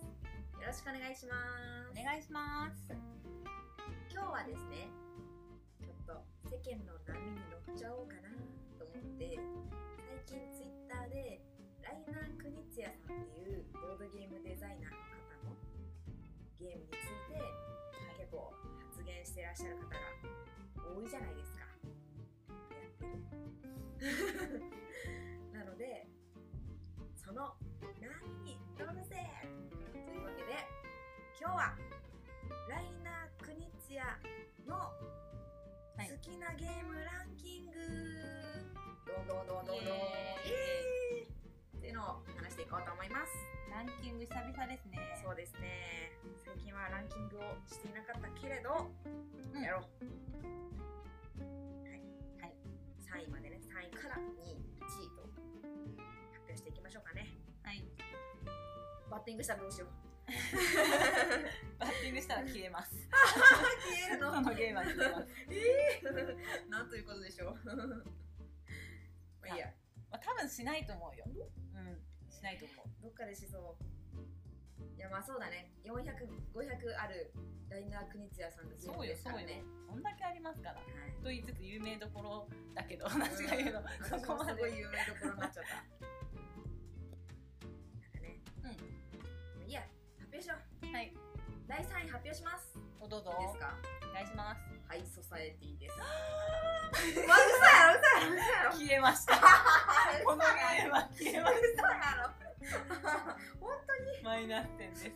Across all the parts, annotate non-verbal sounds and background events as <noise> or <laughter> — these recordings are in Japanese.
くお願いしまおす。願いします今日はですね、ちょっと世間の波に乗っちゃおうかなと思って、最近ツイッターでライナー・クニツヤさんっていうボードゲームデザイナーの方のゲームについて結構発言してらっしゃる方が多いじゃないですか。やってる。 <laughs> なので、その波に乗るぜというわけで、今日はライナー・クニツヤのはい好きなゲームランキング、どんどんどんどんどんイエイエーイっていうのを話していこうと思いますランキング久々ですねそうですね最近はランキングをしていなかったけれど、うんやろうはい、はい、 3位までね3位から2位1位と発表していきましょうかねはいバッティングしたらどうし <laughs> ようバッティングしたら消 <laughs> えます消えるのそのゲームは消えます、えー、 <laughs> なんということでしょうまあいいやまあ、多分しないと思うようんしないと思うどっかでしそういやまあそうだね400500あるライナー国津屋さんのゲーそムうよですそかうらよねそんだけありますからはいと言いつつ有名どころだけど私が言うの、そこま私もすごいで有名どころになっちゃったなんかねうんいいや発表しようはい第3位発表しますいいおどうぞですかお願いしますハイソサエティです <laughs> うわ嘘やろ嘘やろ <laughs> 嘘やろ消えました <laughs> このゲームは消えまし嘘やろ本当にたマイナス点です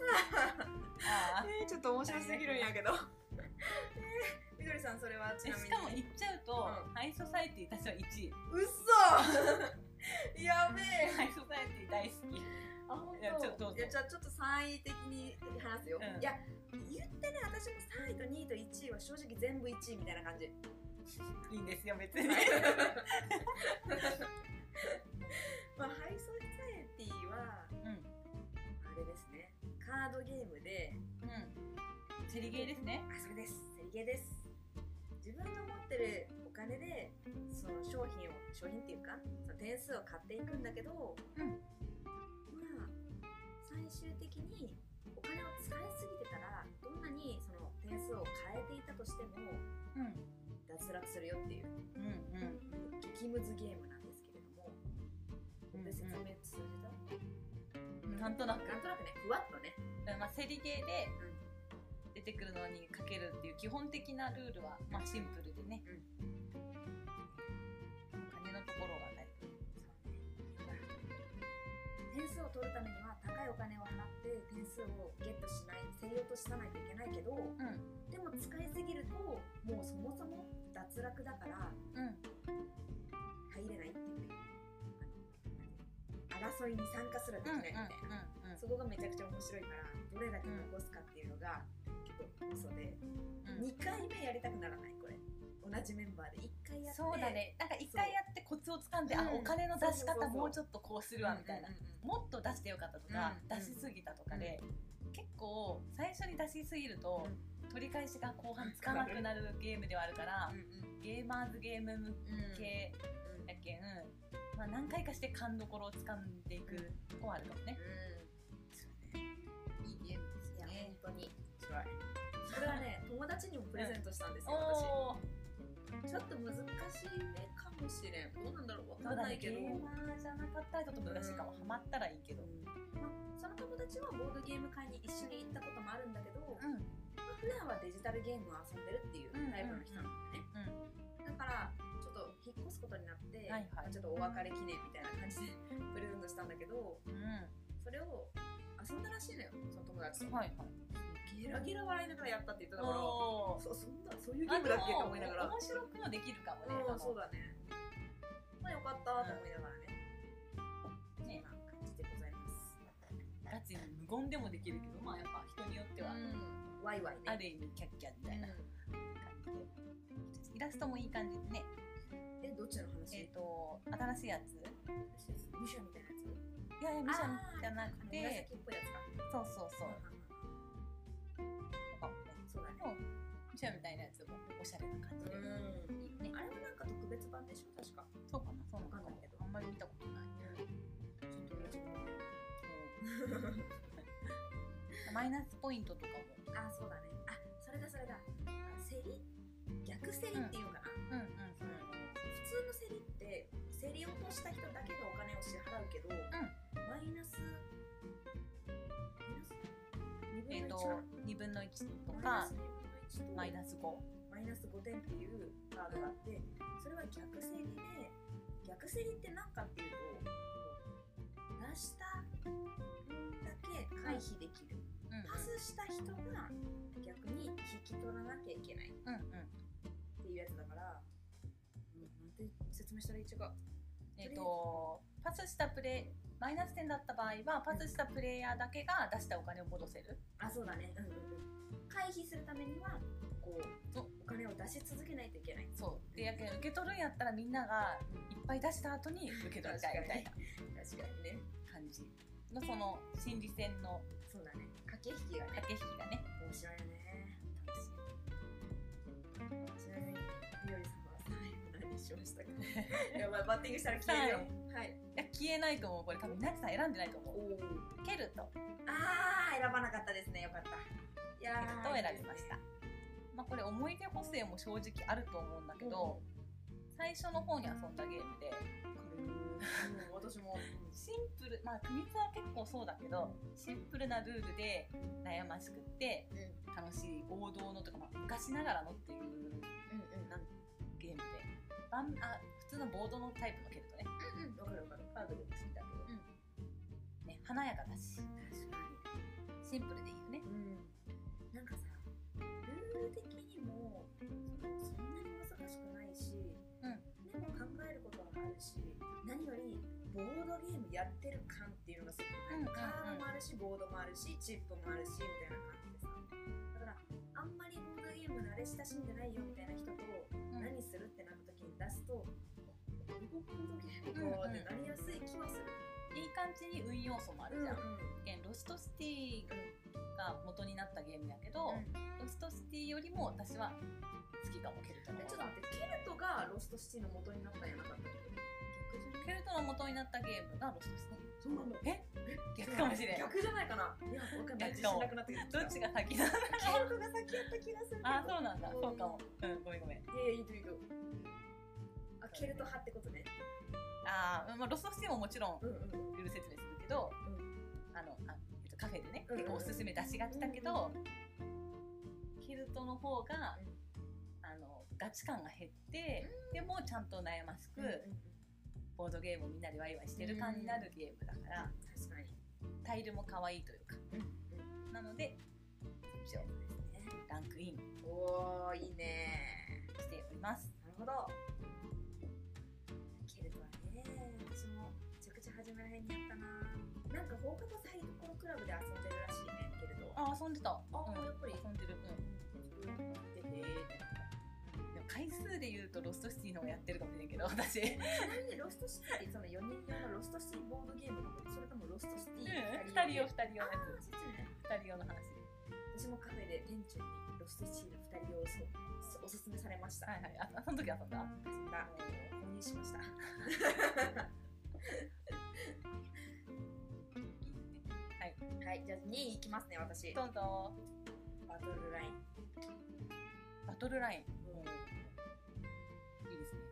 あえーちょっと面白すぎるんやけどえーみどりさんそれはー <laughs> ちえなみにしかも言っちゃうと、うハイソサエティ私は1位 <laughs> うっそやべえハイソサエティ大好きあ本当いやちょっとどうぞいやじゃあちょっと3位的に話すよ、うんいや言ってね私も3位と2位と1位は正直全部1位みたいな感 <laughs> じいいんですよ <laughs> 別にまあハイソサエティはうんあれですねカードゲームでうんセリゲーですねあそれですセリゲーです自分の持ってるお金でその商品を商品っていうかその点数を買っていくんだけど、うんまあ最終的にお金を使いすぎてたらどんなにその点数を変えていたとしてもうん脱落するよっていううんうん激ムズゲームなんですけれども、うんで説明通じたうんなんとなくなんとなくねふわっとねまあ、セリゲーで出てくるのにかけるっていう基本的なルールは、まあ、シンプルでね、金のところが大事そうね点数を取るためには高いお金を払って点数をゲットしない競り落とさないといけないけどうんでも使いすぎるともうそもそも脱落だからうん入れないっていうねあの何争いに参加すらできないみたいな、うんそこがめちゃくちゃ面白いからどれだけ残すかっていうのが結構嘘で、うん2回目やりたくならないこれ同じメンバーで1回やってそうだねなんか一回やってコツをつかんで、あうんお金の出しそうそうそ方うもうちょっとこうするわみたいうんな、うんうんもっと出してよかったとか、うん出しすぎたとかで、結構最初に出しすぎると、取り返しが後半つかなくなるゲームではあるからう、んうんゲーマーズゲームうん系やけん、まあ、何回かして勘どころをつかんでいくとこはあるかもうね。んいいゲームですね。ね本当に面白い。これはね、友達にもプレゼントしたんですよ、おー私。ちょっと難しいねかもしれん。どうなんだろう、わそかうんなだねいゲけど。ーマーじゃなかったらちょっと難しいかも、うんハマったらいいけど、まあその友達はボードゲーム会に一緒に行ったこともあるんだけど、まうんあ普段はデジタルゲームを遊んでるっていうタイプの人なんだよね。だから、ちょっと引っ越すことになって、はいはまあいちょっとお別れ記念みたいな感じでプレゼントしたんだけど、うんそれを遊んだらしいのよ、その友達と。はいはいゲラゲラ笑いながらやったって言ってたから。おーそそんなそういうゲあーでムだもっけと思いながら面白くもできるかもね、うんそうだだねまあよかったと思いながらね、そねんな感じでございますガチに無言でもできるけどまあやっぱ人によっては、うんワイワイねある意味キャッキャみたいな感じで、イラストもいい感じでねうんえどっちの話えっ、と新しいやついミシャみたいなやつやいやむしゃじゃなあくの紫ってぽいやつかそうそうそううとかもねんそうだねむしゃみたいなやつもおしゃれな感じで、いいよねあれはなんか特別版でしょ確かそうかなそうなわかのかんなないけどあんまり見たことないちょっと同じものそうまマイナスポイントとかも <laughs> あそうだねあそれだそれだあ競り逆競りっていうのかな、うんうんそれ普通の競りって競り落とした人だけがお金を支払うけど、マイナスマイナスえっ、 2分の1とか2分の1とマイナかス2分の1とママイナス5イナス5点っていうカードがあってそれは逆競りで逆競りって何かっていうとこう出した分だけ回避できる、うんうんパスした人が逆に引き取らなきゃいけないっうんうんていうやつだから、うん、なんて説明したらいいっちゃうかえっ、とパスしたプレイマイナス点だった場合はパスしたプレイヤーだけが出したお金を戻せるあそうだねうんうんうん回避するためにはこうそうお金を出し続けないといけないそうでやけん受け取るんやったらみんながいっぱい出した後に受け取りたいみたいな確かにね感じのその心理戦のそうだね駆け引きがね駆け引きがね面白いね楽しいちなみにみおりさんは最後何しましたか <laughs> やばいバッティングしたら消えるよはい、いや消えないと思うこれ多分稲木さん選んでないとお思うおー蹴るとあー選ばなかったですねよかったいや蹴るーと選びましたまあこれ思い出補正も正直あると思うんだけど最初の方に遊んだゲームでうん私もシンプルまあ国津は結構そうだけどシンプルなルールで悩ましくってうんうん楽しい王道のとか、まあ、昔ながらのってい <laughs> ううんなんゲームでバンあ普通のボードのタイプのけるとねうんうんわかるわかるカードでも好きだけど、ね華やかだし確かにシンプルでいいよねうん、なんかさルール的にもそのそんなに難しくないし、うんでも考えることもあるし何よりボードゲームやってる感っていうのがすごくない、うんうんうんカードもあるしボードもあるしチップもあるしみたいな感じでさだからあんまりボードゲーム慣れ親しんでないよみたいな人と何するってなった時に出すと、あボードゲームかってなりやすい気はする。いい感じに運要素もあるじゃん、けんロストシティが元になったゲームやけど、ロストシティよりも私は好きかもケルトのえちょっと方が待って、ケルトがロストシティの元になったんやなかったっけ逆じゃないケルトの元になったゲームがロストシティそうなのえ逆かもしれん逆じゃないかないや、わかんない。自逆か信もなくなってきた。どっちが先なのケルトが先やった気がするけど。あそうなんだそうかもうんごめんごめんいやいや、いいといいと。あ、ケルト派ってことね。あー、まあ、ロストシティももちろんうんうん。ルール説明するけど、うあのあ、えっと、カフェでねうんうん結構おすすめ出しがちだけど、キルトの方が、うんあのガチ感が減って、でもちゃんと悩ましく、ボードゲームをみんなでワイワイしてる感じになるゲームだから、確かに。タイルも可愛いというかうんなので以上ですね。ランクインおー、いいねしておりますなるほど。ケルトはね、私もめちゃくちゃ初めらへんにやったななんか放課後サイドコロクラブで遊んでるらしいね、ケルトは。あ遊んでたあ、うん、やっぱり遊んでるうんでへーってなったでも回数で言うとロストシティの方がやってるかもしれんけど私ちなみにロストシティその4人用のロストシティボードゲームのことそれともロストシティ2人用2人用のやあつそっちね2人用の話私もカフェで店長にロストシティの2人用をそうおすすめされました、はいはいあその時遊んだそんな購入しましたはいじゃあ2位いきますね私どうぞバトルラインバトルラインいいですね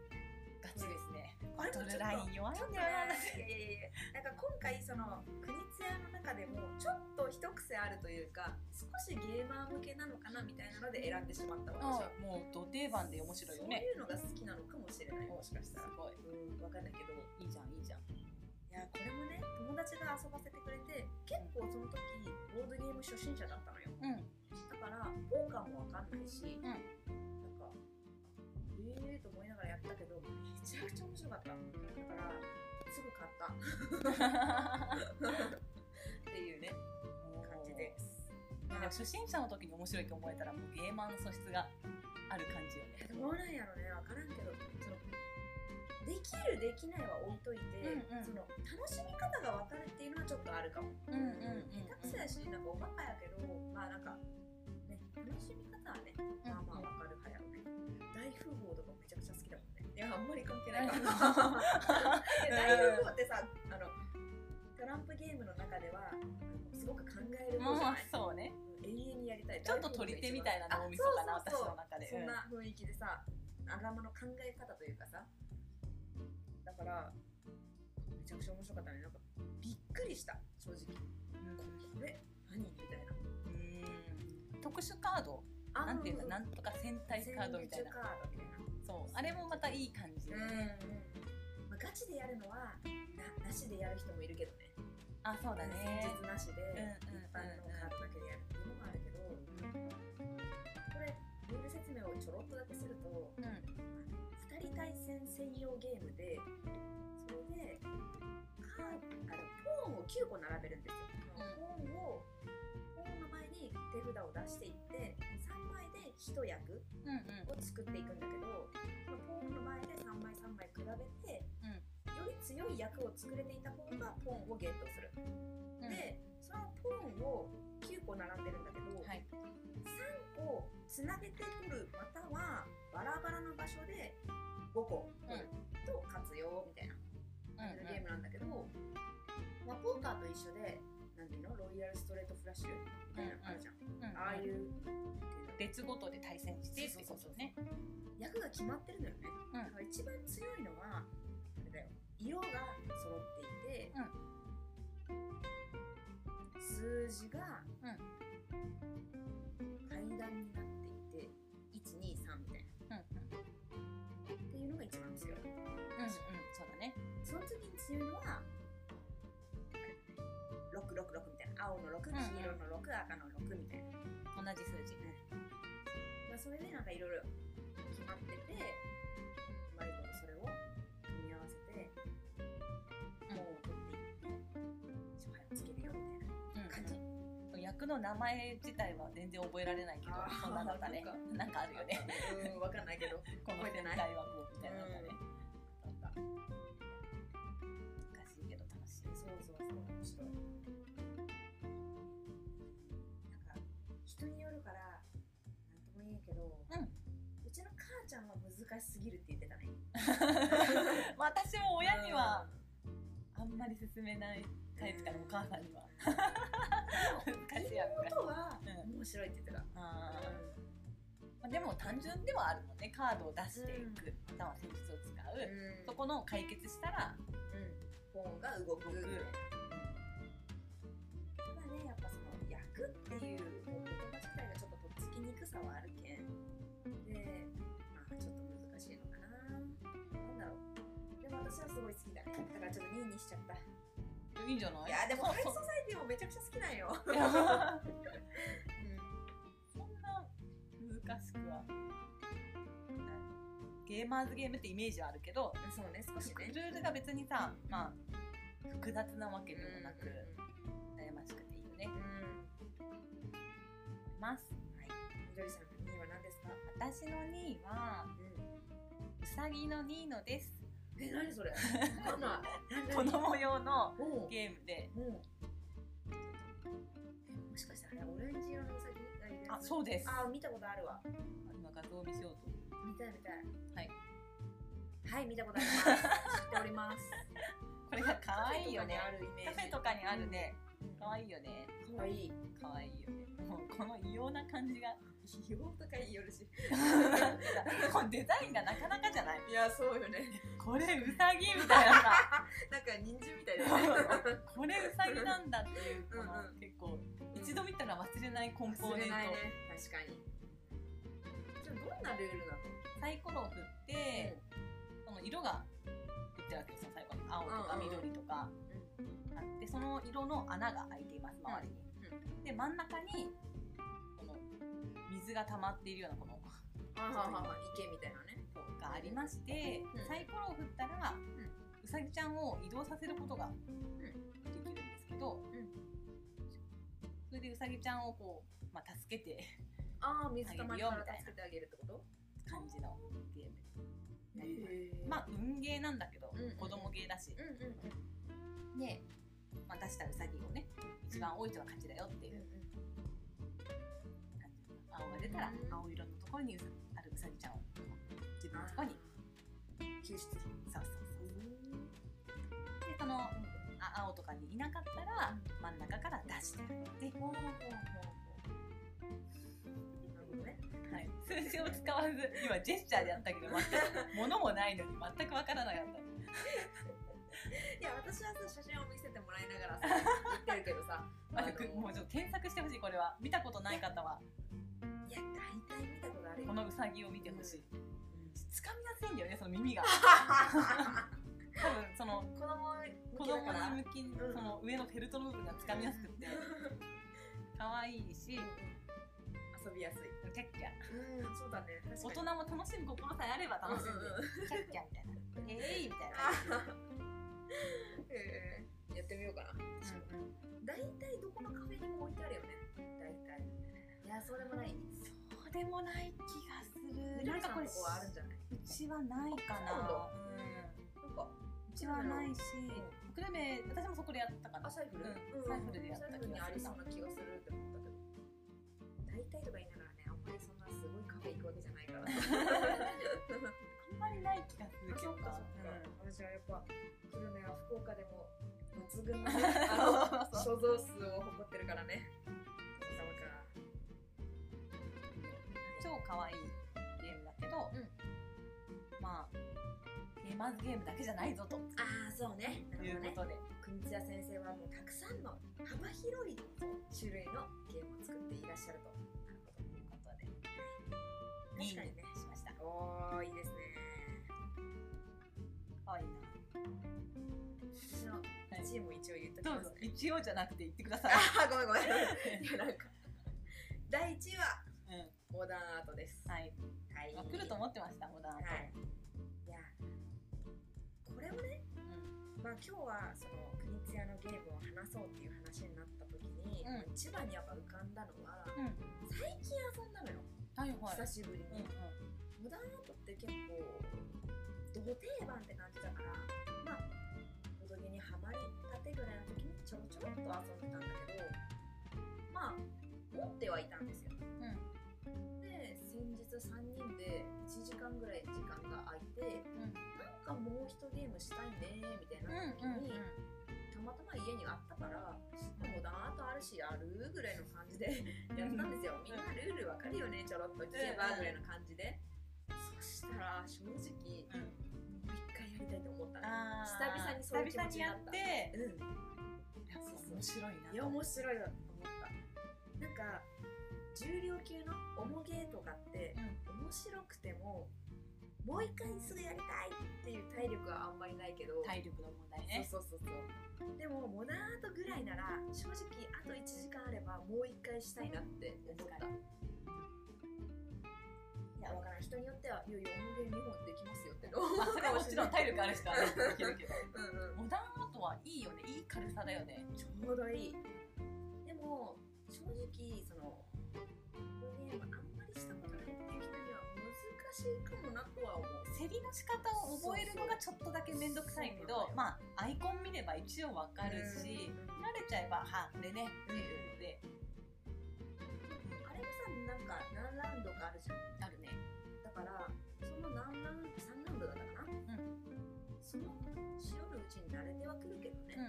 ガチですねあバれトもちょっとルライン弱いちょっんとだねいやよいやいやなんか今回その国津屋の中でもちょっと一癖あるというか少しゲーマー向けなのかなみたいなので選んでしまったな私はもうド定番で面白いよねそういうのが好きなのかもしれないもしかしたすらごいうんわかんないけどいいいじゃんいいじゃんやこれもね友達が遊ばせてくれて結構その時ボードゲーム初心者だったのようん <laughs> だからポーカーもわかんないし、んなんかええー、と思いながらやったけどめちゃくちゃ面白かっただからすぐ買った <laughs> っていうね感じですでも初心者の時に面白いと思えたらもうゲーマーの素質がある感じよねどうなんやろね分からんけどそのできるできないは置いといて、うんうんその楽しみ方が分かるっていうのはちょっとあるかも、うんうんうんうん下手くそやしなんかおバカやけどまあなんかね楽しみ方はねまあまあ分かるかやろね、大富豪とかめちゃくちゃ好きだもんねいやあんまり関係ないかも <laughs> いや大富豪ってさあのトランプゲームの中ではすごく考える方じゃまあない、そうね永遠にやりたいちょっと取り手みたいな脳みそかなあそうそうそう私の中でそんな雰囲気でさ仲間の考え方というかさだからめちゃくちゃ面白かったねなんかびっくりした正直これ何みたいなうん特殊カードあなんていうんだなんとか戦隊カードみたいなカードみたいなそうあれもまたいい感じ、まあ、ガチでやるのはななしでやる人もいるけどねあそうだね戦術なしでうんうん一般のカードだけでやるっていうのもあるけどこれルール説明をちょろっとだけするとうん2人対戦専用ゲームでそれでカーあのポーンを9個並べるんですよ、うポーンをポーンの前に手札を出していって3枚で1役うんをうん作っていくんだけどそのポーンの前で3枚3枚比べて、うんより強い役を作れていた方がポーンをゲットする、うんでそのポーンを9個並んでるんだけど、はい3個つなげて取るまたはバラバラの場所で5個取ると勝つよみたいなうんゲうんームなんだけど、まあ、ポーカーと一緒でなんていうのロイヤルストレートフラッシュみたいなのあるじゃん、うああいうんっていうの別ごとで対戦してってことね役が決まってるのよね、だからうん一番強いのはあれだよ色が揃っていて、数字がうん階段になっていて123みたいな。うんうんうんっていうのが一番強いうんそうだねその次に強いのは666みたいな青の6ん黄色うんの6赤の6みたいな、同じ数字まあ、それでなんかいろいろ決まっててマリコがそれを組み合わせてうんもう取っていって勝敗をつけるよみたいな感じ、うん役の名前自体は全然覚えられないけどあーそんなのだねそっなんかあるよねうん分かんないけどこの <laughs> 覚えてな戦い隊はこうみたいなのがねなんか難しいけど楽しいそうそうそう面白いなんか人によるからなんとも言えんけど、んうちの母ちゃんは難しすぎるって言ってたねまあ私も <laughs> 親にはあんまり勧めないタイプからお母さん <laughs> にはう難んしいや難しい妹は <laughs> う面白いって言ってたあーまあでも単純ではあるもんねカードを出していくまたは戦術を使うう、んそこの解決したら本が動く動くただねやっぱその役っていう言葉自体がちょっととっつきにくさはあるけんでまあちょっと難しいのかななんだろうでも私はすごい好きだねだからちょっと2位にしちゃったいいいんじゃないやでもそハうイソそうサイティもめちゃくちゃ好きなんよ、いや <laughs> そうんんな難しくはないゲーマーズゲームってイメージはあるけどそうね少しねルールが別にさまあ複雑なわけでもなくうんうんうん悩ましくていいよねうん思いますみどりさんの2位は何ですか、私の2位はうさぎのニーノですえ、何それわかんない子供用のおうゲームでおうえもしかしたらあれオレンジ色のウサギがいるやあつそうですあー見たことあるわ今画像を見せようと見たい見たいはいはい見たことあります知っており <laughs> ますこれが可愛いよねカフェとかにあるイメーカジいフェとかにあるね可愛いよねいかわいい可愛いよねもうこの異様な感じが美容とか <laughs> 言いよるし <laughs> このデザインがなかなかじゃないいやそうよねこれウサギみたいなさ <laughs> なんか人参みたい <laughs> これウサギなんだっていうこのうんうん結構一度見たら忘れないコンポー忘ネれントないね確かにじゃあどんなルールなのサイコロを振ってその色が売ってるわけですよ最後に青とかうんうんうん緑とかあってその色の穴が開いています周りに、で真ん中にこの水が溜まっているようなこのはいはいはいはい池みたいなねこうがありまして、うんサイコロを振ったら、うさぎちゃんを移動させることができるんですけど、んそれでうさぎちゃんをこう、まあ、助けてああ水たまりから助けてあげるってこと感じのゲームになりますえまあ運ゲーなんだけど、うんうん子供ゲーだしう、んうんうんで、まあ、出したうさぎをね一番多い人が勝ちだよっていう感じ青が出たらうん青色のところにうさあるうさぎちゃんを自分のところに救出そうそうそうでそのあ青とかにいなかったら真ん中から出してあげて、ほうほうほうなるほどね。はい、数字を使わ <laughs> ず今ジェスチャーでやったけど全く物もないのに全くわからなかったいや私はさ写真を見せてもらいながら <laughs> さ言ってるけどさ、まああのくもうちょっと検索してほしいこれは見たことない方はいや大体見たことあるよこ。のうさぎを見てほしいつかみやすいんだよねその <laughs> 耳が多分その <laughs> 子供向子けだか供ら。に向きにうんその上のフェルトの部分がつかみやすくて可愛いし遊びやすい。キャッキャうんそうだね。大人も楽しむ心さえあれば楽しんでキャッキャみ <laughs> たいな「えい!」みたいなえーやって <laughs> みようかな。大体どこのカフェにも置いてあるよね。大体。いやそうでもない。そうでもない気がするななんんかかここれれこはあるんじゃないうちはないかそうなんだななんかうちはないしんグルメ私もそこでやったかなあサイフル、うんサイフルでやっサたイフルにありそうな気がするって思ったけど大体とか言いながらねあんまりそんなすごいカフェ行くわけじゃないから <laughs> ああんまりない気がするけどうん私はやっぱ久留米は福岡でも抜群の <laughs> あの所蔵数を誇ってるからねそうか超可愛いゲームだけど、うんまあゲーマーズゲームだけじゃないぞといああそうねなるうほどねことで、国津屋先生はもうたくさんの幅広い種類のゲームを作っていらっしゃるとなるほどということで確かにねいいしましたおーいいですね可愛いな私の1位も一応言っときどまうすぞね一応じゃなくて言ってく <laughs> ださい、あーごめんごめんいやなんか第1位はうモダンアートですん、はい、はいまあ、来ると思ってましたモダンアーはト、いいやこれをねうんまあ今日はその国津屋のゲームを話そうっていう話になった時に、うん一番にやっぱ浮かんだのはうん、最近遊んだのよ、はいはい久しぶりうんうに、んモダンアートって結構ど定番って感じだからまあボドゲにはまりたてぐらいの時にちょろちょろっと遊んでたんだけどまあ持ってはいたんですようんで先日3人で1時間ぐらい時間が空いてうんなんかもう一ゲームしたいねみたいな時うんうんに、たまたま家にあったからもうダーッとあるしやるぐらいの感じでやったんですよみんなルールわかるよねちょろっと聞けばぐらいの感じで、そしたら正直うんもう一回やりたいと思ったのあー久々にそういう気持ちになった久々にやってうやっぱ面白いなんいや面白いなと思ったなんか重量級の重ゲーとかってうん面白くてももう一回すぐやりたいっていう体力はあんまりないけど体力の問題ねそうそうそうそうでもモナートぐらいなら正直あと1時間あればもう1回したいなって思った確いやわからん人によってはいやいや重げ2本できますよってのをまあそれはもちろん体力ある人はねできるけど <laughs> うんうんモダンアートはいいよねいい軽さだよねちょうどいいでも正直そのこのゲームあんまりしたことないっていう人には難しいかもなとは思う競りの仕方を覚えるのがちょっとだけ面倒くさいけそうどそうまあアイコン見れば一応わかるし、うん慣れちゃえばはこれねっていうのであれもさなんか何ラウンドかあるじゃんあるねだからその何ラウンド3ラウンドだったかな、うそのしおるうちに慣れてはくるけどうんうね、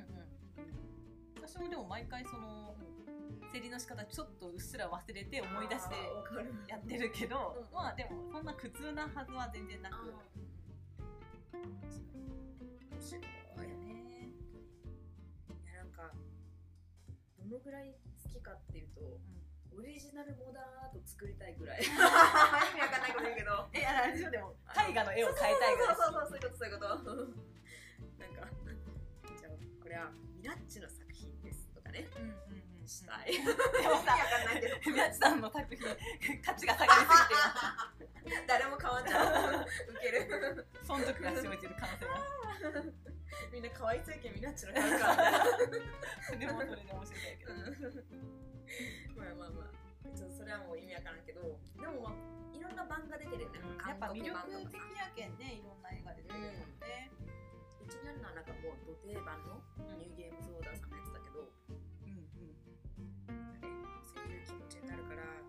ん私もでも毎回その競りの仕方ちょっとうっすら忘れて思い出してあーわかるやってるけどうんまあでもそんな苦痛なはずは全然なあーく面白いそういやねやなんかどのぐらい好きかっていうと、オリジナルモダンアート作りたいぐらい意味わかんないこと言うけどえあれでしょでも絵画の絵を変えたいぐらいそうそうそうそういうことそういうことなんかじゃあこれはミラッチの作品ですとかねうんうんうんしたい意味でもわさかんないけど宮地さんの作品価値が下がりすぎ <laughs> て誰も変わっちゃうウケる今存続が生じる可能性が <laughs> みんな可愛いついけみなっちの顔から、 <laughs> でもそれで面白いけど、まあまあまあちょっとそれはもう意味わからんけどでもまあいろんな版が出てるよね、やっぱ魅力韓国版と的かやけんねいろんな映画出てるもんね、うちにあるのはなんかもう土定番のニューゲームゾーダーさんのやつだけど、うんそういう気持ちになるからあ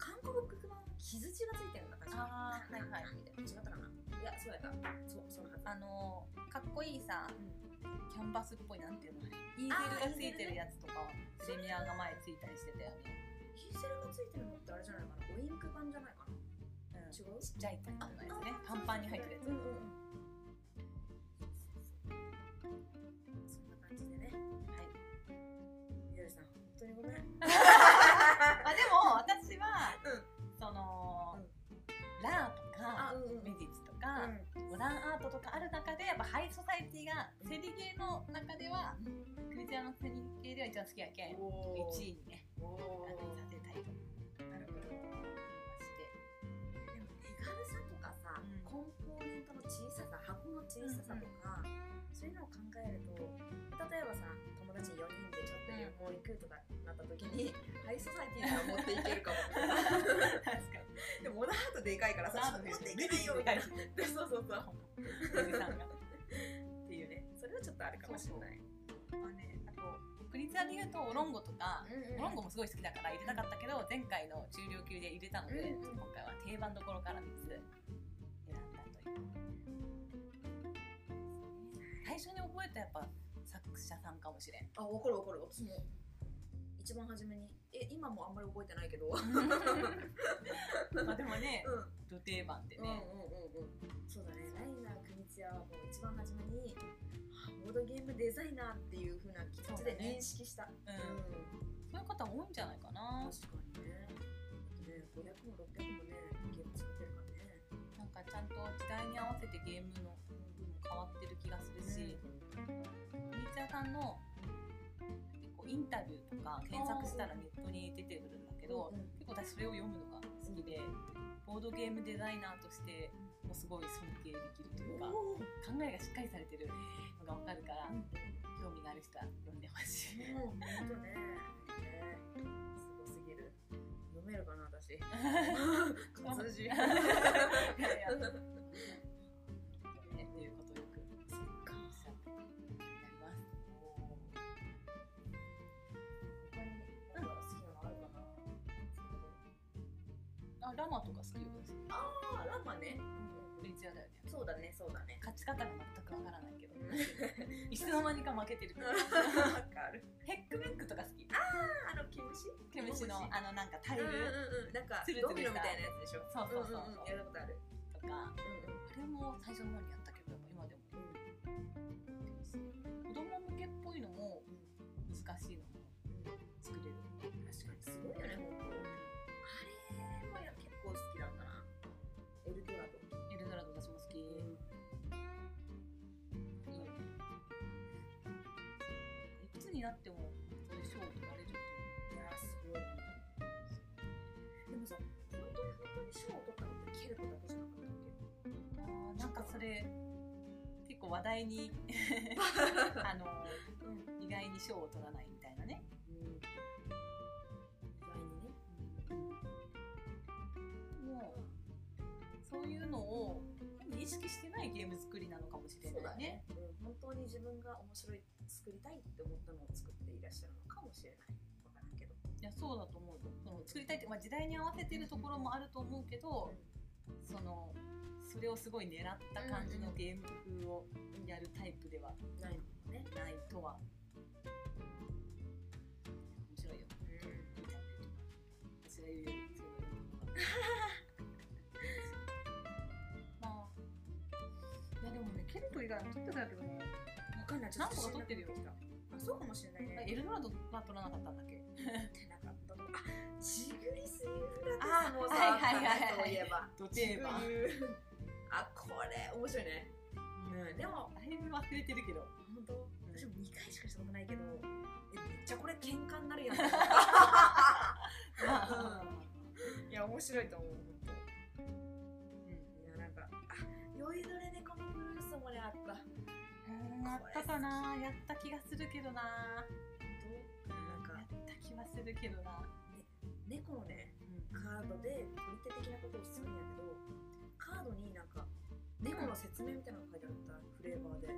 韓国版は傷地がついてるんだ確かあーはいはいみたいな違ったかなやそうやったそうそのはずあのかっこいいさうんキャンバスっぽいなんていうのイーゼルがついてるやつとかプレミアが前ついたりしてたよね、ヒーセルがついてるのってあれじゃないかなウインク版じゃないかなう違ん、ちっうちゃいタイプのやつねパンパンに入ってるうやんうんうんそんな感じでねつはいみどりさん本当にごめんう <laughs> んまあでも私はうその、うラーとあかうんうんメディスとか、んモダンアートとかある中でやっぱハイソサイティがセリゲーの中ではクリティアのセリゲーでは一番好きやけんお1ー位にねおあのーさせたいと思いなるほどましてでも手軽さとかさ、うんコンポーネントの小ささ箱の小ささとか、そういうのを考えると例えばさ友達4人でちょっと旅行行くとかなった時に、ハイソサイティなら持っていけるかも確かにでもモダンハートでかいからさちょっと持っていけないよみたいな <laughs> そうそう <laughs> そうおじさんがっていうねそれはちょっとあるかもしれないまあねあとクリティアで言うとオロンゴとかオロンゴもすごい好きだから入れたかったけど前回の中量級で入れたので、うん今回は定番どころから3つ選んだという最初に覚えたやっぱ作者さんかもしれんあ分かる分かる私も一番初めにえ今もあんまり覚えてない <laughs> けど、うん、まあでもねうん土定番ってうんうんね、うんうんそうだねライナー国津屋はもう一番初めにあボードゲームデザイナーっていう風な形そうでだね認識したう,、うんそういう方多いんじゃないかんな確かにねね500も600もねゲーム作ってるからねなんかちゃんと時代に合わせてゲームの変わってる気がするし、クリティアさんのこうインタビューとか検索したらネットに出てくるんだけど、うん結構私それを読むのが好きで、ボードゲームデザイナーとしてもうすごい尊敬できるというか、考おーえがしっかりされてるのがわかるから、うん興味がある人は読んでほしい。もうほんとねねすごすぎる読めるかな私活字いやいやねということをよくおっしゃっています。他に何か好きなのあるかな <laughs> あ、ラマとか好きよ。ああラマね、クリティアだよね。そうだねそうだね勝ち方が全くわからないけど、いつの間にか負けてる。わかる。ヘックメックとか好き。あの、毛虫ケムシのうんあのなんかタイうルんうんうん。なんか、ツルツルドミしたノみたいなやつでしょ。そうそうそうそうんんんやったことある。とか。うんあれも最初の方にやったけどやっぱ今でも子供向けっぽいのも難しいのも作れるうん。確かに、すごいよね、本当。あれもや結構好きだったな。エルドラド。エルドラド私も好き、いいよねいくつになってもそういう賞を取られるっていいやー、すごい。でもさ、本当に本当に賞を取ったのって、ケルトだけじゃなかったっけうのもなんかそれ結構話題に <laughs> あのうん。意外に賞を取らないみたいなねうん。意外にね。もうそういうのを意識してないゲーム作りなのかもしれそうなだいねね、うん、本当に自分が面白い作りたいって思ったのを作っていらっしゃるのかもしれないわからんけど、いやそうだと思うよその作りたいって、まあ、時代に合わせてるところもあると思うけどそのそれをすごい狙った感じのゲーム風をやるタイプではないのもね、ないとは面白いよう私が言うよりそういうのが <laughs> まあいやでもねケルト以外も取ってたけどねん、分かんない何個か取ってるよあそうかもしれないねエルドラドは取らなかったんだっけってなかったとあシグリス・ユーフラテあスもさはいはいはいはいそういえばド定番シグユーあこれ面白いね、うん、でもだいぶ忘れてるけど本当ん私も2回しかしたことないけどえめっちゃこれ喧嘩にな <laughs> るやんいまあや面白いと思う本当うんいやなんかあ酔いどれでこのブルースもねあったやったかなやった気がするけどななんかやった気はするけどな、猫のねカードで取り手的なことをするんやけどカードになんか猫の説明みたいなのが書いてあったフレーバーで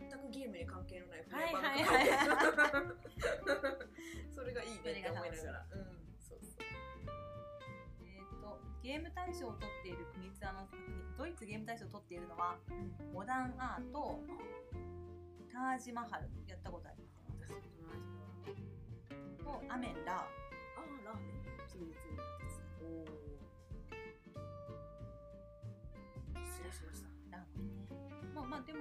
全くゲームに関係のないフレーバーはいはいが書いて <laughs> あったそれがいいねって思いながらうんそうそうえっ、とゲゲーム大賞を取っている国津屋の作品ドイツゲーム大賞を取っているのはモダンアートタージマハルやったことありますとアメンあラあラーメンー鬼滅の鉄おお失礼しましたラーメンねまあまあでも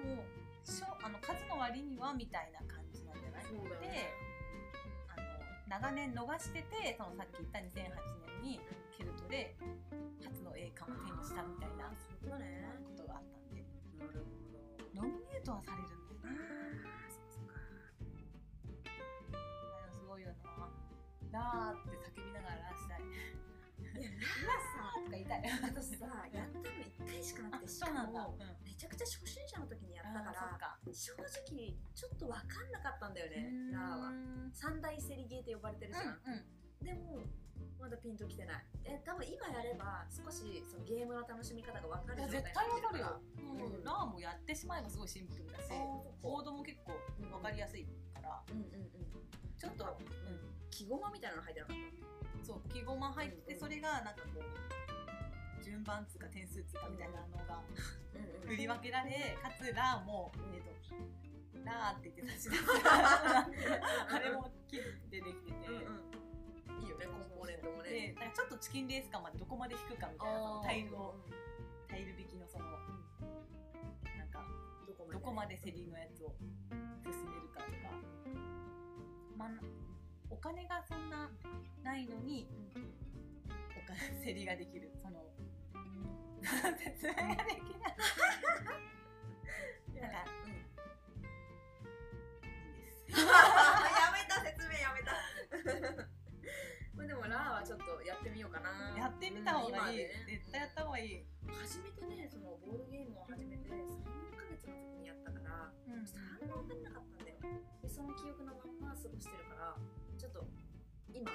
しょあの数の割にはみたいな感じなんじゃないそうだよねであの長年逃しててそのさっき言った2008年にケルトで初の栄冠を手にしたみたいなそうだねことがあったんでなるほどノミネートはされるんだよねああそうかそうかあのすごいよな「ラー」って叫びながらラーしたいい「やラー」とか言いたいラーさん私さやったの1回しかなくてしそうかなんだ、うもん、あめちゃくちゃ初心者の時にやったかーそらっか正直ちょっと分かんなかったんだよねうーんラーうはん三大セリゲーって呼ばれてるじゃん、うんでもまだピンときてないえ多分今やれば少しそのゲームの楽しみ方が分かるいや状態絶対わかるになっるよ、からうんラーもやってしまえばすごいシンプルだしてるからコードも結構わかりやすいからうんうんうんちょっと、うん、木駒みたいなの入ってなかっそう木駒入ってうんそれがなんかこう順番つうか点数つうかみたいなのがたうん振り分けられかつラーも、えっとラーって言ってたしあれも切ってできてて、うんうんいいよねコンポーネントもねでなんかちょっとチキンレース感までどこまで引くかみたいなそのタイルをタイル引きのそのなんかどこまでどこまでセリのやつを進めるかとか、まあ、お金がそんなないのにお金競りができるその <laughs> 説明ができないなんかうんでやすめた説明やめたまあでもラーはちょっとやってみようかなやってみた方がいい、うん今はね絶対やった方がいい、初めてねそのボードゲームを始めて3ヶ月の時にやったからうんちょっと反応がなかったんだよでその記憶のまんま過ごしてるからちょっと今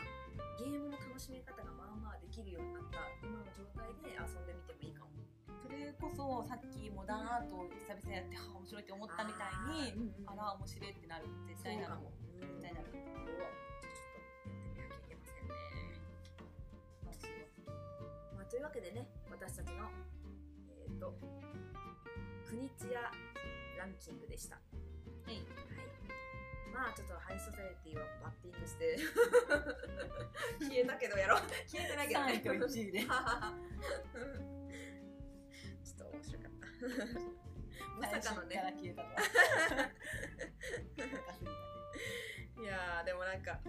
ゲームの楽しみ方がまあまあできるようになった今の状態で遊んでみてもいいかもそれこそさっきモダンアートを久々やってあ面白いって思ったみたいににあら面白いってなる絶対なるみた絶い対ななるるほどじゃあちょっとやってみなきゃいけませんねまあ、というわけでね私たちのえっ、と国津屋ランキングでしたはいはいまあちょっとハイソサエティはバッティングして <laughs> 消えたけどやろう消えてないけど3ね位と1位で <laughs> ちょっと面白かったまさかの最初かねら <laughs> 消えたとは高すぎたねいやーでもなんか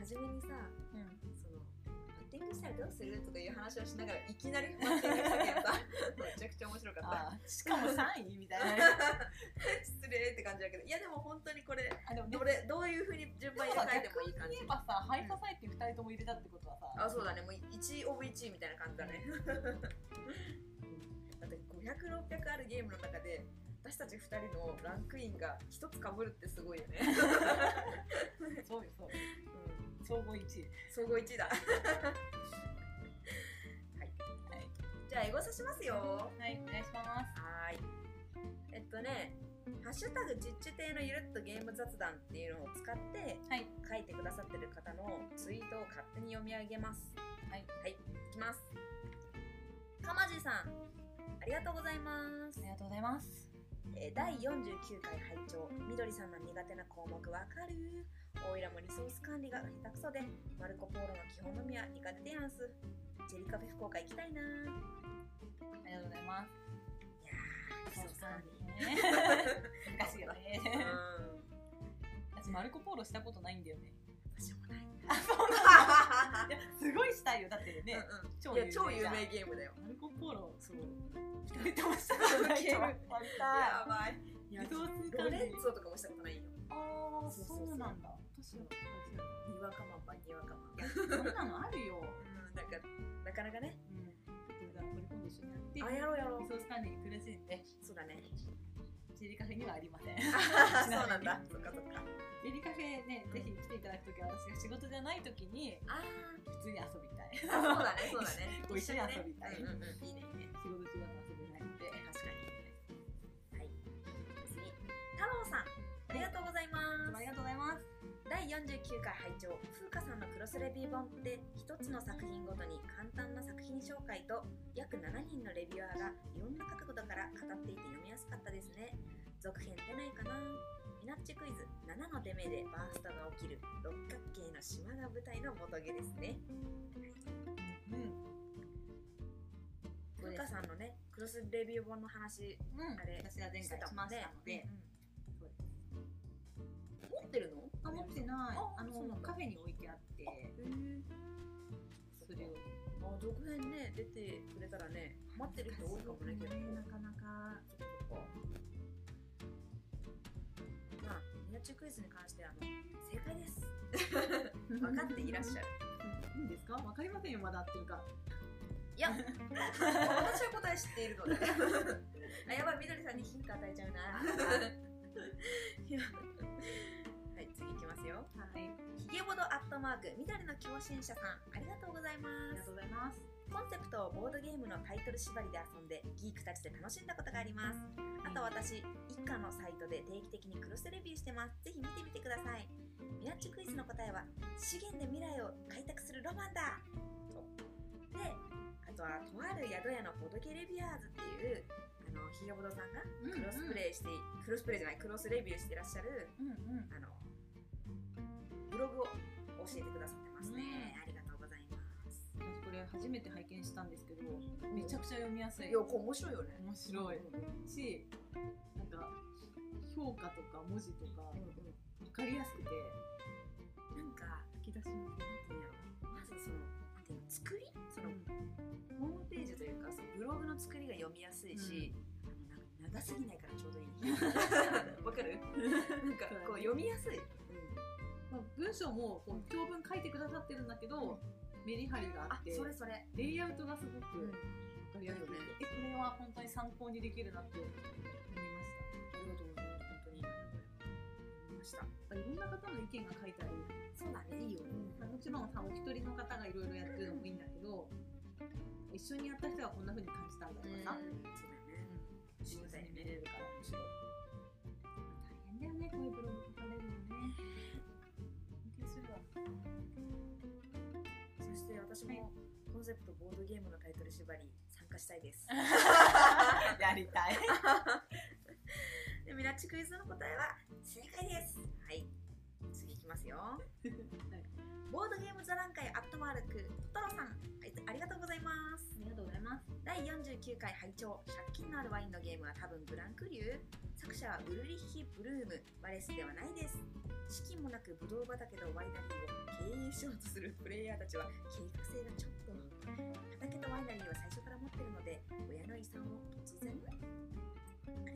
初めにさそのバッティングしたらどうするとかいう話をしながらいきなりバッティングしたけどさめちゃくちゃ面白かったあーしか <laughs> も3位みたいな <laughs> 失礼って感じだけどいやでも本当にこれあでもねどれどういうふうに順番にでもさ書いてもいい感じ言えばさハイソサイティ2人とも入れたってことはさあそうだねもう1オブ1みたいな感じだね <laughs> だって500600あるゲームの中で私たち2人のランクインが1つかぶるってすごいよね、そうよそうようん、総合1位総合1位だ <laughs> はいはいじゃあエゴサしますよはいお願いしますはーい。えっとね、ハッシュタグ実地亭のゆるっとゲーム雑談っていうのを使って、はい書いてくださってる方のツイートを勝手に読み上げます。はい。はい、いきます。かまじさん、ありがとうございまあすり。がとうございますえー第49回拝聴みどりさんの苦手な項目わかるおいらもリソース管理が下手くそでマルコ・ポーロの基本のみは苦手やんすジェリカフェ福岡行きたいなーいありがとうございますやーリソース <laughs> 管理ね難しいよねうん <laughs> 私マルコポーロしたことないんだよね私も <laughs> ない <laughs> あそういやすごいしたいよだってねう超んうん、いや有名じゃ超ん有名ゲームだよマルコポーロ <laughs> そう二人ともした <laughs> こと <laughs> ないやばいやたばいいや移動するロ感じレンツォとかもしたことないよああそうそそうそううなんだ私はにわかまんばにわかまんうそんなのあるよんなんかなかなかねうんだからこれ今度一緒にやってあやろうやろリうソース管理に苦しいんでそうだ <laughs> ねジェリカフェにはありませんそうなんだ <laughs> そっかそっかジェリカフェねぜひ来ていただくときは私が仕事じゃないときにあ普通に遊びたいーそうだねそうだねご <laughs> 一緒に遊びたい <laughs> 一緒にねうんうんうんいいねいいね仕事中だと遊べないので確かにはい次太郎さんありがとうございます、ありがとうございます第49回拝聴風花さんのクロスレビュー本って一つの作品ごとに簡単な作品紹介と約7人のレビュアーがいろんな角度から語っていて読みやすかったですね続編出ないかなミナッチクイズ7の出目でバーストが起きる六角形の島が舞台の元毛ですねうんふうかさんのねクロスレビュー本の話うんあれ私が前回ししてたもまんしねたので、うん持ってるのあ持ってないああのそうなんだカフェに置いてあってへーそれをあ続編ね出てくれたらね待ってる人多いかもね結構なかなかまあミナッチクイズに関してはあの正解です分かっていらっし <laughs> ゃるいいんですかわかりませんよまだ合ってるかいや私は答え知っているので <laughs> あやばいみどりさんにヒント与えちゃうないやはい次いきますよはいひげぼどアットマークみどりの共振者さんありがとうございあまりがすとうございますコンセプトをボードゲームのタイトル縛りで遊んでギークたちで楽しんだことがありますあと私一家のサイトで定期的にクロスレビューしてますぜひ見てみてくださいミナッチクイズの答えは資源で未来を開拓するロマンだとであとはとある宿屋のボドゲレビュアーズっていうあのひげぼどさんがうんうんクロスプレイして、クロスプレイじゃないクロスレビューしてらっしゃるうんうんあのブログを教えてくださってますね、ねありがとうございます私これ初めて拝見したんですけどめちゃくちゃ読みやすいいやこう面白いよね面白いうんうんしなんか評価とか文字とかわうんかりやすくてなんか、吹き出しますねなんていうんだろうまずその、なんていうの、作りその、ホームページというか、そのブログの作りが読みやすいし、あのなんか長すぎないからちょうどいい。わかるなんか、こう読みやすい。まあ、文章もこう長文書いてくださってるんだけど、メリハリがああって、それそれ。レイアウトがすごくうんわかりやすくて、うんえこれは本当に参考にできるなって思いましありがとうございます。本当に。思いました。たやっぱいろんな方の意見が書いてある、そうだね。いいよ。まあもちろんさお一人の方がいろいろやってるのもいいんだけど、一緒にやった人はこんな風に感じたんだとかさ、そうだよね。自由に見れるから面白い大変だよねこういうブログ書かれるのね尊敬す <laughs> るわそして私はいも、コンセプトボードゲームのタイトル縛り、参加したいです。やりたい <laughs> で、ミラッチクイズの答えは正解です。はい。次いきますよ。ボードゲーム座談会アットマークトトロさん、はいありがとうございます。ありがとうございます第49回拝聴借金のあるワインのゲームは多分ブランク流作者はウルリヒ・ブルームバレスではないです資金もなくブドウ畑とワイナリーを経営しようとするプレイヤーたちは計画性がちょっと畑とワイナリーは最初から持ってるので親の遺産を突然あり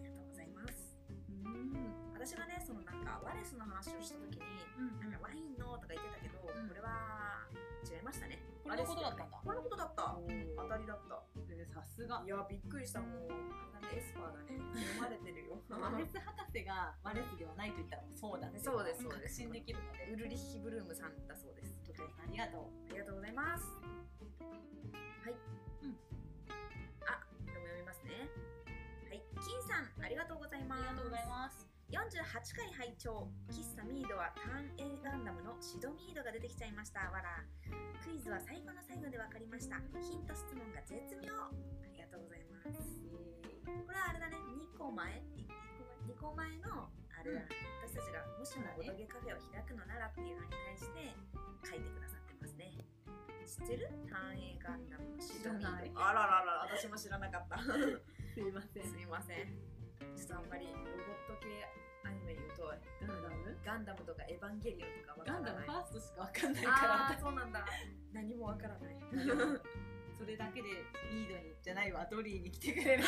がとうございますうん私がねそのなんかワレスの話をした時にうんなんかワインのとか言ってたけど、うんこれは違いましたね。これのことだったんだこれのことだった。当たりりだった。さすがいや、びっくりした。もう、あんなにエスパーだね。読まれてる <laughs> よ。ワレス博士がワレスではないと言ったらもうそうだってそうですそうです確信できるのでウルリッヒ・ブルームさんだそうです。トトロさんありがとうありがとうございます。はい。うん。あ、でも読みますね。はい。金さん、ありがとうございます。ます48回拝聴喫茶ミードはターン A ガンダムのシドミードが出てきちゃいましたわらクイズは最後の最後で分かりましたヒント質問が絶妙ありがとうございますこれはあれだね2個前い一個前2個前のあれだ、私たちがもしもボドゲカフェを開くのならっていうのに対して書いてくださってますね知ってるターン A ガンダムのシドミ知ードらないあらららら私も知らなかったすいませんすみません。ちょっとあんまりロボット系アニメに疎い。ガンダムガンダムとかエヴァンゲリオンとかわからガンないダ。ムファーストしかわかんないあかあー、そうなんだ。何もわから <laughs> ない。らそれだけでミードにじゃないわドリーに来てくれる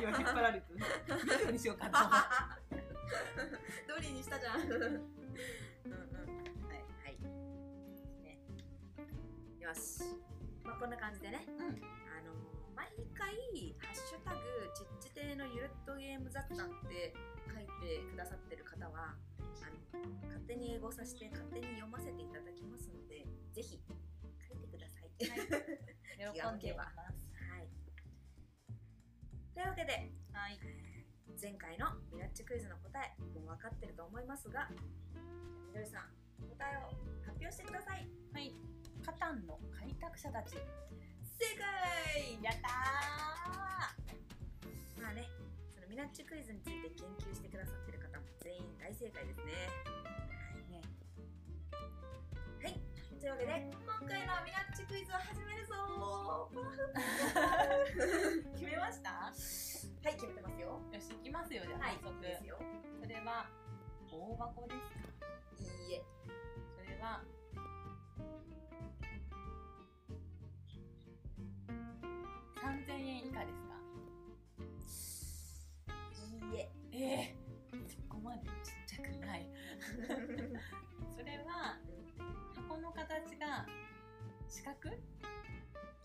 今引っ張られて <laughs> ミードにしようかなドリーにしたじゃん。うんうん。はいはい。ね。よし。まあこんな感じでね。んあのー毎回ハッシュタグちっち亭のゆるっとゲーム雑談って書いてくださってる方はあの勝手に英語させて勝手に読ませていただきますのでぜひ書いてください。喜んでいます <laughs> はい。というわけで、はい前回のミラッチクイズの答え、もう分かってると思いますが、みどりさん、答えを発表してください。はいカタンの開拓者たち」正解やったーまあねそのミナッチクイズについて研究してくださってる方も全員大正解ですねねというわけで今回のミナッチクイズを始めるぞ <laughs> 決めましたはい決めてますよよし行きますよじゃあはい早速、ですよそれは大箱ですかいいえそれは3000円以下ですかい <laughs> いえええそこまでちっちゃくないそれは箱の形が四角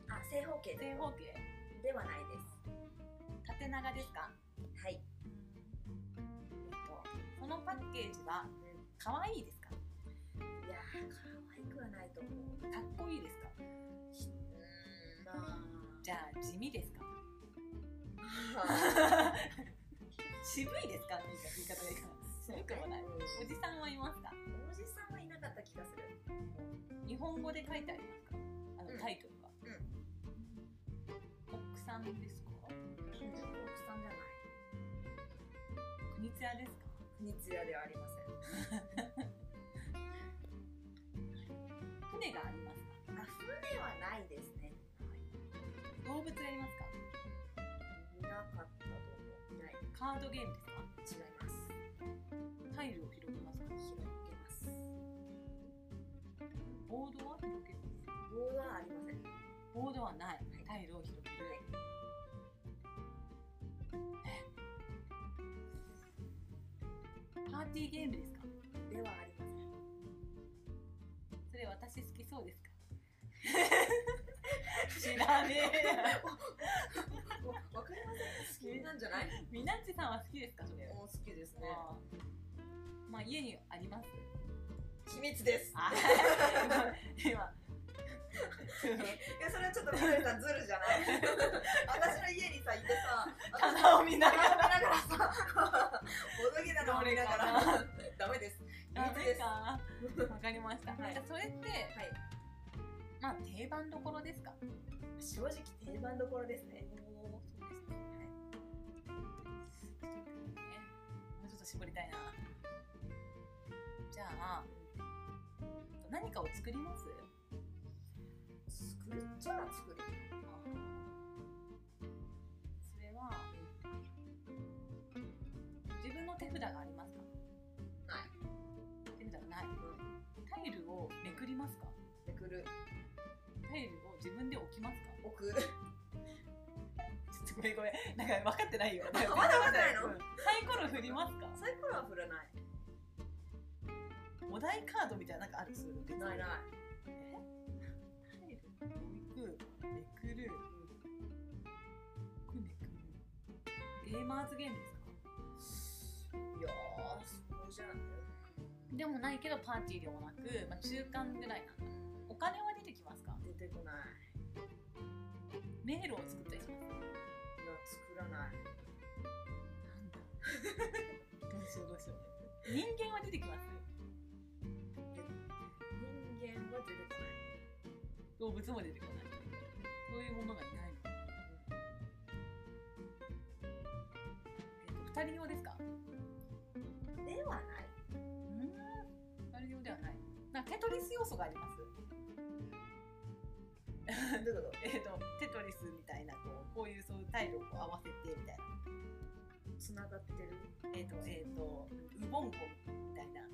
あ正方形正方形ではないで縦長ですかすはいえっとそのパッケージは可愛いですかかいやー可愛くはないと思うっこいいですかうーんまあじゃあ地味ですか <laughs> <laughs> 渋いですかって言い方がいいかな渋くもないおじさんはいますかおじさんはいなかった気がする日本語で書いてありますかあのうんタイトルは、国産ですか奥さんじゃない国津屋ですか国津屋ではありません船がありますかあ船はないですね動物やりますかいなかったと思うないカードゲームですか違いますタイルを広げますか広げますボードは広げる棒はありませんボードはないタイルを広げる、パーティーゲームですかではありませんそれ私好きそうですか <laughs> 知らねえわわかりません好きなんじゃないみなっちさんは好きですかそれもう好きですねあーまあ家にあります秘密ですあ <laughs> 今 <laughs> いやそれはちょっとみどりさんずるじゃない <laughs> 私の家にさいてさ棚を見なが眺らめながらさボドゲなのを見ながどれからダメですダ秘密メですかはわかりました、はいじゃあそれっていまあ定番どころですか正直定番どころですねおおそうですねはいもうちょっと絞りたいなじゃあ何かを作ります作っちゃ作るそれは自分の手札がありますかない手札がないタイルをめくりますかめくるタイルを自分で置きますか奥ちょっとごめんごめんなんか分かってないよまだ分かってないのうんサイコロ振りますかサイコロは振らないお題カードみたいななんかあるそうでないないえタイル置くめくる置くめくるゲーマーズゲームですかいやーそうじゃんでもないけどパーティーでもなく、まあ、中間ぐらいなんだお金は出てきますか出てこない迷路を作ったりしますいや作らないなんだどうしようどうしよう <laughs> 人間は出てきます人間は出てこない動物も出てこないそういうものがいないのえっと二人用ですかではないうん二人用ではないなんかテトリス要素があります <laughs> どういうこえっとテトリスみたいなこうこういうそうタイルをこう合わせてみたいなと繋がってるえっ、とえっ、とウボンゴみたいなうん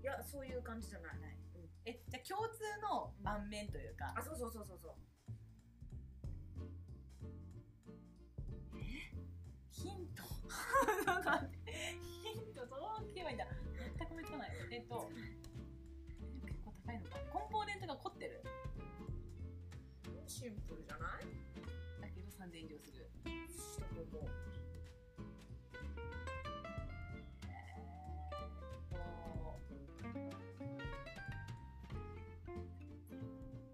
いやそういう感じじゃないえじゃあ共通の盤面というかあそうそうそうそうそうヒント <laughs> なんかヒントどう聞けばいいんだ全く思いつかないえっと結構高いのかコンポーネントが凝ってるシンプルじゃないだけど3000円以上するしたと思うえーっと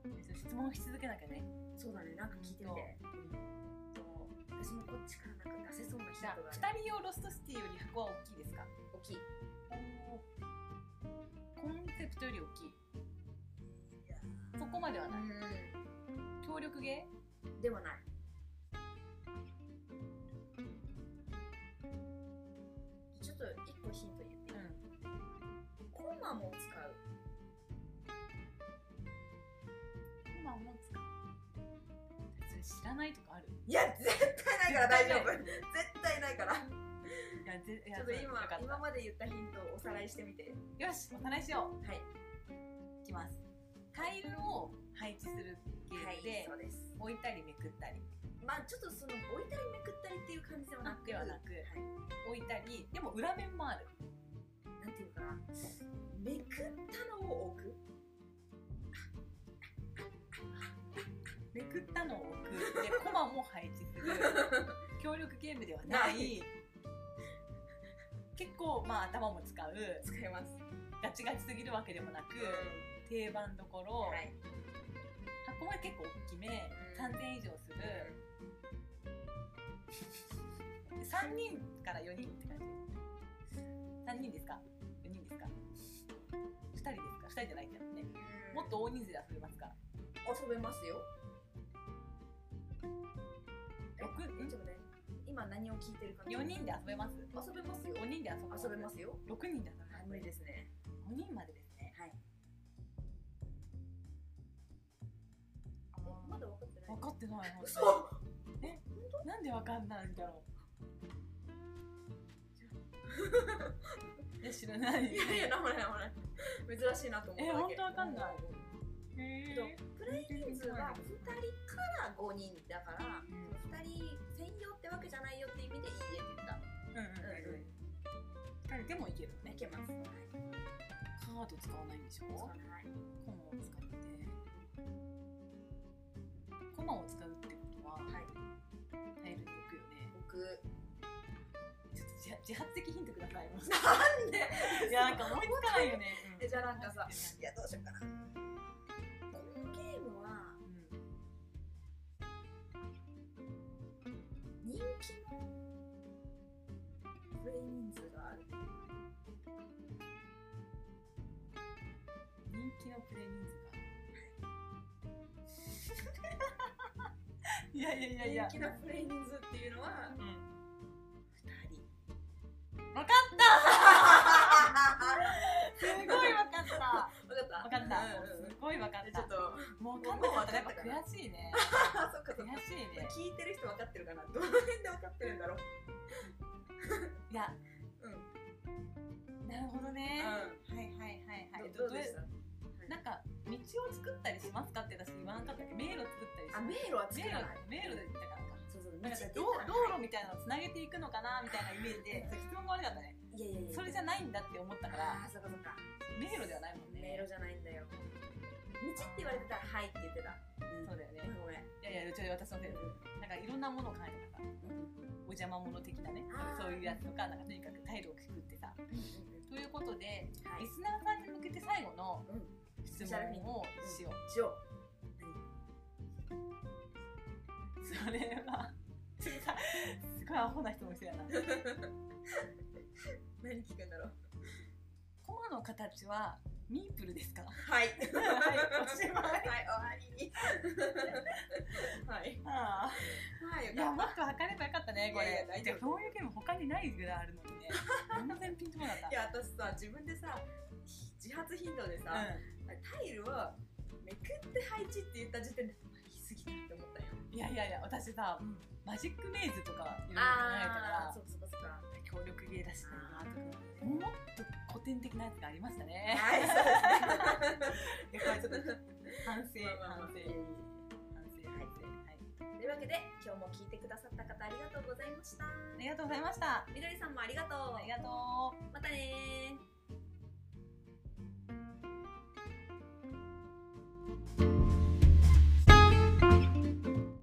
えっと質問し続けなきゃねそうだねなんか聞いてみて私もこっちからなんか出せそうなヒンじゃトがあ2人用ロストシティより箱は大きいですか大きいいコンセプトより大きいやーそこまではないうん協力ゲでもないちょっと一個ヒント言ってー、いい、コマも使う今思うんですかそれ知らないとかあるいや絶対ないから大丈夫絶対ないからちいやぜいやょっとそうよ今かっ今またで言ったヒントをおさらいしてみてよしおさらいしようはいいきますタイルを配置するゲームそうで、です置いたりめくったりまあちょっとその置いたりめくったりっていう感じではなくではなくはい、置いたりでも裏面もあるなんていうかなめくったのを置くめくったのを置くでコマも配置する <laughs> 協力ゲームではなないい結構まあ頭も使う使いますガチガチすぎるわけでもなく定番どころ、はい箱は結構大きめ3000以上する3人から4人って感じ3人ですか4人ですか2人ですか2人じゃないけどねもっと大人数で遊べますから遊べますよえ六ちょっとね今何を聞いてるか4人で遊べます遊べますよ5人で遊べます遊べますよ6人で遊べます無理ですね5人までですねはいまだ分かってない分かってない嘘本当になんで分かんないんだろういや知らないいやいや、なんもないなんもない珍しいなと思っただけえ本当わかんないえっへとプーレイ人数は2人から5人だからうんうん2人専用ってわけじゃないよって意味でいいえって言ったうんうんでもいけるねいけますはいカード使わないんでしょそうコはいマを使ってコマを使うってことははいタイルに置くよね僕ちょっと自自発的ヒントくださいなんでいやなんか思いつかないよねえじゃあなんかさいうやどうしようかなこのゲームはん人気のプレイ人数がある人気のプレイ人数がいやいやいやいや人気のプレイ人数っていうのはうん2人わかったわすごいわかったか <laughs> わったかったうんうんすごいわかちょったっともう分かんなかったやっぱ悔しいね悔あ <laughs> そっかそっかしいね聞いてる人分かってるかなどの辺で分かってるんだろういやうんなるほどね、うはいはいはいはいどどうでしたなんか道を作ったりしますかって私言わなかったっけ迷路作ったりしあま迷す路は作迷らない路迷路で行ったからかそうそうなんか道道道路みたいなのをつなげていくのかなみたいなイメージで質問が悪かったねいやいやいやそれじゃないんだって思ったからあーそっかそっか迷路ではないもんね迷路じゃないんだよ道って言われてたら「はい」って言ってたそううだよねごめんごめんいやいやちょ私のせいだなんかいろんなものを感じたからお邪魔者的なねあーそういうやつとかなんかとにかく態度を聞くってさはということでいリスナーさんに向けて最後のうん質問をしようしよそれはちょっとさすごいアホな人もそうやなう <laughs> 何聞くんだろうコマの形はミープルですかはいはいはいおしまいはい終わ <laughs> りはいあはいあいよやかっもっと測ればよかったねこいやいれや大で丈夫もそういうゲーム他にないぐらいあるのにね全然ピンとこなかったたいや私さ自分でさひ自発頻度でさタイルをめくって配置って言った時点であ言い過ぎたって思ったようん、いやいやいや私さマジックメイズとかいろいろ考えたあらそうかそうかそうか協力芸だしなとかはもっと古典的なやつがありましたねいそうですねいやこれちょっと反省まあまあまあ <laughs> 反省反省反省はいというわけで今日も聞いてくださった方ありがとうございましたありがとうございましたみどりさんもありがとうありがとうまたねー